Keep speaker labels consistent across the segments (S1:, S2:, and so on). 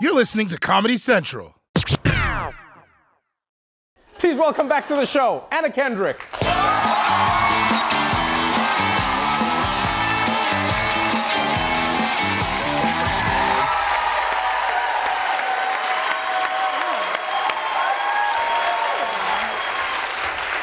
S1: You're listening to Comedy Central.
S2: Please welcome back to the show, Anna Kendrick.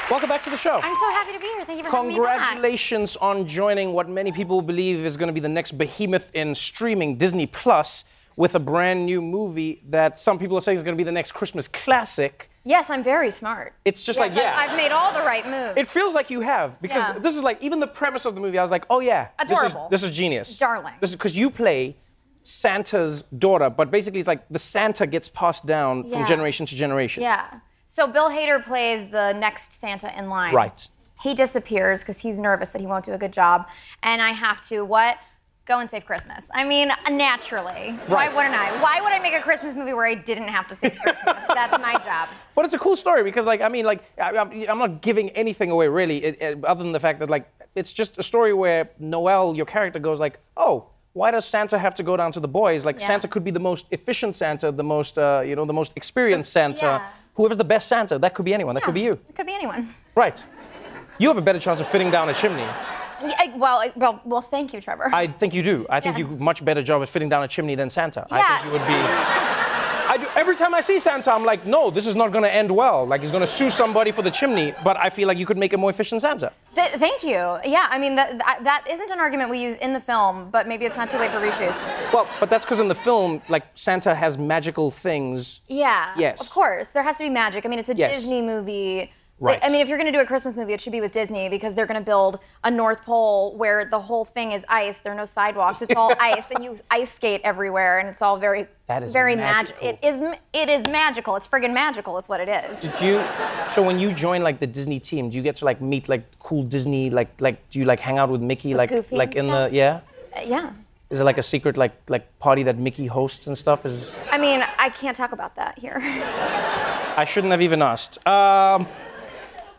S2: Welcome back to the show.
S3: I'm so happy to be here. Thank you for having me back.
S2: Congratulations on joining what many people believe is going to be the next behemoth in streaming, Disney Plus, with a brand new movie that some people are saying is going to be the next Christmas classic.
S3: Yes, I'm very smart.
S2: It's just like,
S3: Yes, I-
S2: yeah.
S3: I've made all the right moves.
S2: It feels like you have because
S3: Yeah.
S2: this is like even the premise of the movie. I was like, oh yeah, this is-
S3: Adorable.
S2: This is, genius,
S3: Darling.
S2: This is because you play Santa's daughter, but basically it's like the Santa gets passed down from
S3: Yeah.
S2: generation to generation.
S3: yeah. So Bill Hader plays the next Santa in line.
S2: Right.
S3: He disappears because he's nervous that he won't do a good job, and I have to what? Go and save Christmas. I mean, naturally. Why
S2: Right.
S3: wouldn't I? Why would I make a Christmas movie where I didn't have to save Christmas? That's my job.
S2: But it's a cool story because like I mean like I, I'm, I'm not giving anything away really, it, it- other than the fact that like it's just a story where Noel, your character, goes like, oh. Why does Santa have to go down to the boys? Like
S3: Yeah.
S2: Santa could be the most efficient Santa, the most uh, you know, the most experienced Santa.
S3: yeah.
S2: Whoever's the best Santa, that could be anyone. That could be you.
S3: It could be anyone.
S2: Right. You have a better chance of fitting down a chimney.
S3: Yeah, I- well, I- well, well. Thank you, Trevor.
S2: I think you do. I think you
S3: Yes.
S2: have a much better job at fitting down a chimney than Santa. I
S3: Yeah.
S2: think you would be. I do, every time I see Santa, I'm like, no, this is not going to end well. Like, he's going to sue somebody for the chimney, but I feel like you could make a more efficient Santa.
S3: Th- thank you. Yeah, I mean that, that that isn't an argument we use in the film, but maybe it's not too late for reshoots.
S2: Well, but that's because in the film, like, Santa has magical things.
S3: Yeah.
S2: Yes.
S3: Of course, there has to be magic. I mean, it's a
S2: Yes.
S3: Disney movie.
S2: Right.
S3: I mean, if you're going to do a Christmas movie, it should be with Disney because they're going to build a North Pole where the whole thing is ice. There are no sidewalks. It's all ice, and you ice skate everywhere, and it's all very,
S2: That is
S3: very magic.
S2: magical.
S3: It is. m- It is magical. It's friggin' magical. Is what it is.
S2: Do you, so when you join like the Disney team, do you get to like meet like cool Disney like like do you like hang out with Mickey like
S3: Goofy
S2: like in
S3: and stuff?
S2: the yeah?
S3: Uh, yeah.
S2: Is it like a secret like like party that Mickey hosts and stuff? Is
S3: I mean, I can't talk about that here.
S2: I shouldn't have even asked. Um,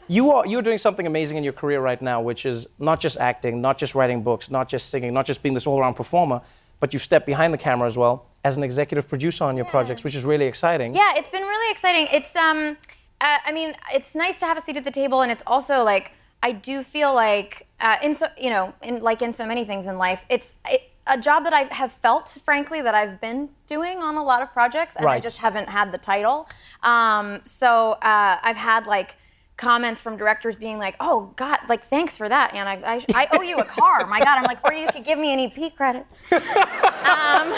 S2: you are you're doing something amazing in your career right now, which is not just acting, not just writing books, not just singing, not just being this all-around performer, but you've stepped behind the camera as well as an executive producer on your projects, which is really exciting.
S3: Yeah, it's been really exciting. It's um, uh, I mean, it's nice to have a seat at the table, and it's also like I do feel like uh, in so you know, in like in so many things in life, it's it, a job that I have felt, frankly, that I've been doing on a lot of projects, and I
S2: Right.
S3: just haven't had the title. Um, so uh, I've had like comments from directors being like, "Oh God, like thanks for that, and I, I, I owe you a car." My God, I'm like, or you could give me an EP credit. um,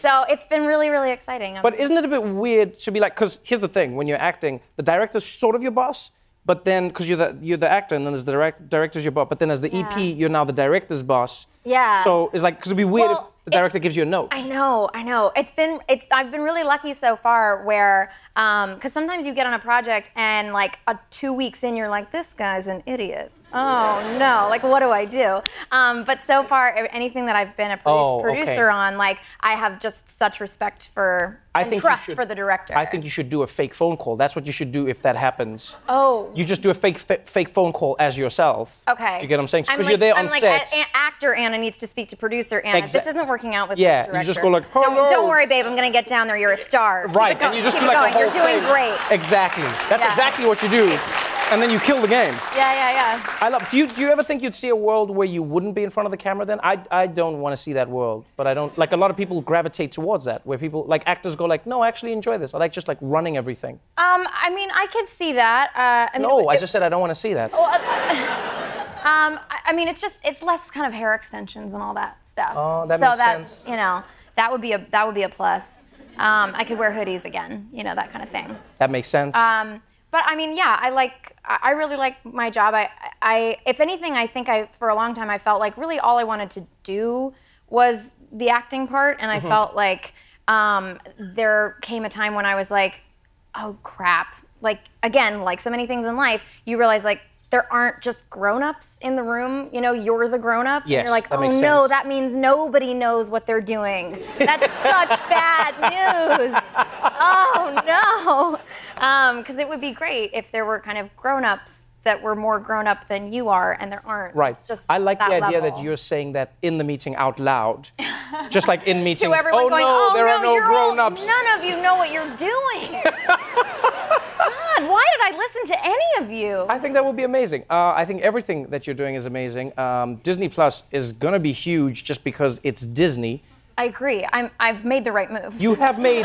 S3: so it's been really, really exciting. I'm-
S2: But isn't it a bit weird to be like? Because here's the thing: when you're acting, the director's sort of your boss, but then because you're the you're the actor, and then as the direct, director's your boss, but then as the
S3: Yeah.
S2: EP, you're now the director's boss.
S3: Yeah.
S2: So it's like because it'd be weird if
S3: Well,
S2: the
S3: it's-
S2: director gives you a note.
S3: I know, I know. It's been, it's. I've been really lucky so far, where, um, because sometimes you get on a project and like a two weeks in, you're like, this guy's an idiot. Oh no, like what do I do? Um, but so far, a- anything that I've been a produce,
S2: Oh, okay.
S3: producer on, like I have just such respect for and
S2: you
S3: trust
S2: should-
S3: for the director.
S2: I think you should do a fake phone call. That's what you should do if that happens.
S3: Oh.
S2: You just do a fake fa- fake phone call as yourself.
S3: Okay.
S2: Do you get what I'm saying?
S3: I'm
S2: Because
S3: like-
S2: you're there on
S3: I'm like,
S2: set.
S3: "A- actor Anna needs to speak to producer Anna.
S2: Exact-
S3: This isn't working out with
S2: Yeah,
S3: this
S2: you
S3: director.
S2: just go like, "Hello."
S3: don't, don't worry, babe. I'm gonna get down there. You're a star. Keep it
S2: right.
S3: going,
S2: And you just
S3: keep
S2: do
S3: it
S2: like
S3: going.
S2: a whole
S3: You're doing
S2: thing.
S3: great.
S2: Exactly. That's
S3: Yeah.
S2: exactly what you do. And then you kill the game.
S3: Yeah, yeah, yeah.
S2: I love. Do you do you ever think you'd see a world where you wouldn't be in front of the camera? Then I I don't want to see that world. But I don't like a lot of people gravitate towards that, where people like actors go like, no, I actually enjoy this. I like just like running everything.
S3: Um, I mean, I could see that. Uh, I mean,
S2: no, I
S3: it- Oh.
S2: just said I don't want to see that.
S3: well, uh, um, I, I mean, it's just it's less kind of hair extensions and all that stuff.
S2: Oh, that
S3: so
S2: makes
S3: that's,
S2: sense.
S3: You know, that would be a that would be a plus. Um, I could wear hoodies again. You know, that kind of thing.
S2: That makes sense.
S3: Um, but I mean, yeah, I like, I I really like my job. I, I, if anything, I think I, for a long time, I felt like really all I wanted to do was the acting part, and I
S2: Mm-hmm.
S3: felt like um, there came a time when I was like, oh crap! Like again, like so many things in life, you realize like there aren't just grown-ups in the room. You know, you're the grown-up. and
S2: Yes,
S3: you're like,
S2: that
S3: oh
S2: makes
S3: no,
S2: sense.
S3: that means nobody knows what they're doing. That's such bad news. Um, Oh no. Because it would be great if there were kind of grown ups that were more grown up than you are, and there aren't.
S2: Right.
S3: It's just
S2: I like the
S3: that
S2: idea that
S3: level.
S2: you're saying that in the meeting out loud, just like in meetings.
S3: to everyone
S2: oh
S3: going,
S2: no,
S3: "Oh
S2: there
S3: no,
S2: are no
S3: you're all-
S2: grown-ups.
S3: None of you know what you're doing." God, why did I listen to any of you?
S2: I think that would be amazing. Uh, I think everything that you're doing is amazing. Um, Disney Plus is gonna be huge just because it's Disney.
S3: I agree. I'm, I've made the right moves.
S2: You have made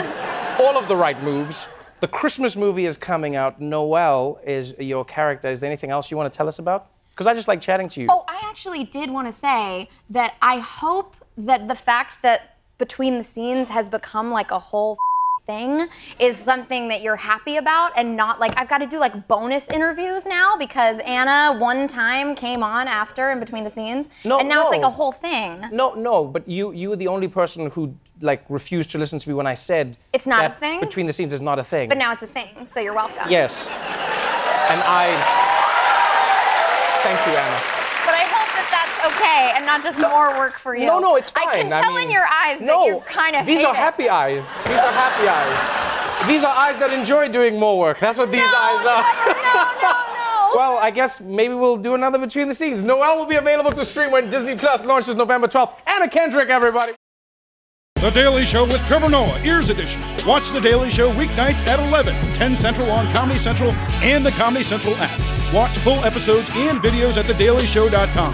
S2: all of the right moves. The Christmas movie is coming out. Noel is your character. Is there anything else you want to tell us about? Because I just like chatting to you.
S3: Oh, I actually did want to say that I hope that the fact that between the scenes has become like a whole thing is something that you're happy about and not like I've got to do like bonus interviews now because Anna one time came on after and between the scenes
S2: No,
S3: and now it's like
S2: no.
S3: a whole thing.
S2: No, no, but you you were the only person who like refused to listen to me when I said
S3: It's not a
S2: that
S3: thing?
S2: Between the scenes is not a thing.
S3: But now it's a thing, so you're welcome.
S2: Yes. And I Thank you, Anna.
S3: But I hope that that's okay and not just more work for you.
S2: No, no, it's fine.
S3: I can tell
S2: mean-
S3: in your eyes
S2: no,
S3: that you kind of
S2: These
S3: hate
S2: are
S3: it.
S2: happy eyes. These are happy eyes. These are eyes that enjoy doing more work. That's what these
S3: No,
S2: eyes are.
S3: no, no, no, no.
S2: Well, I guess maybe we'll do another between the scenes. Noel will be available to stream when Disney Plus launches November 12th. Anna Kendrick, everybody.
S4: The Daily Show with Trevor Noah, Ears Edition. Watch The Daily Show weeknights at 11, 10 Central on Comedy Central and the Comedy Central app. Watch full episodes and videos at thedailyshow.com.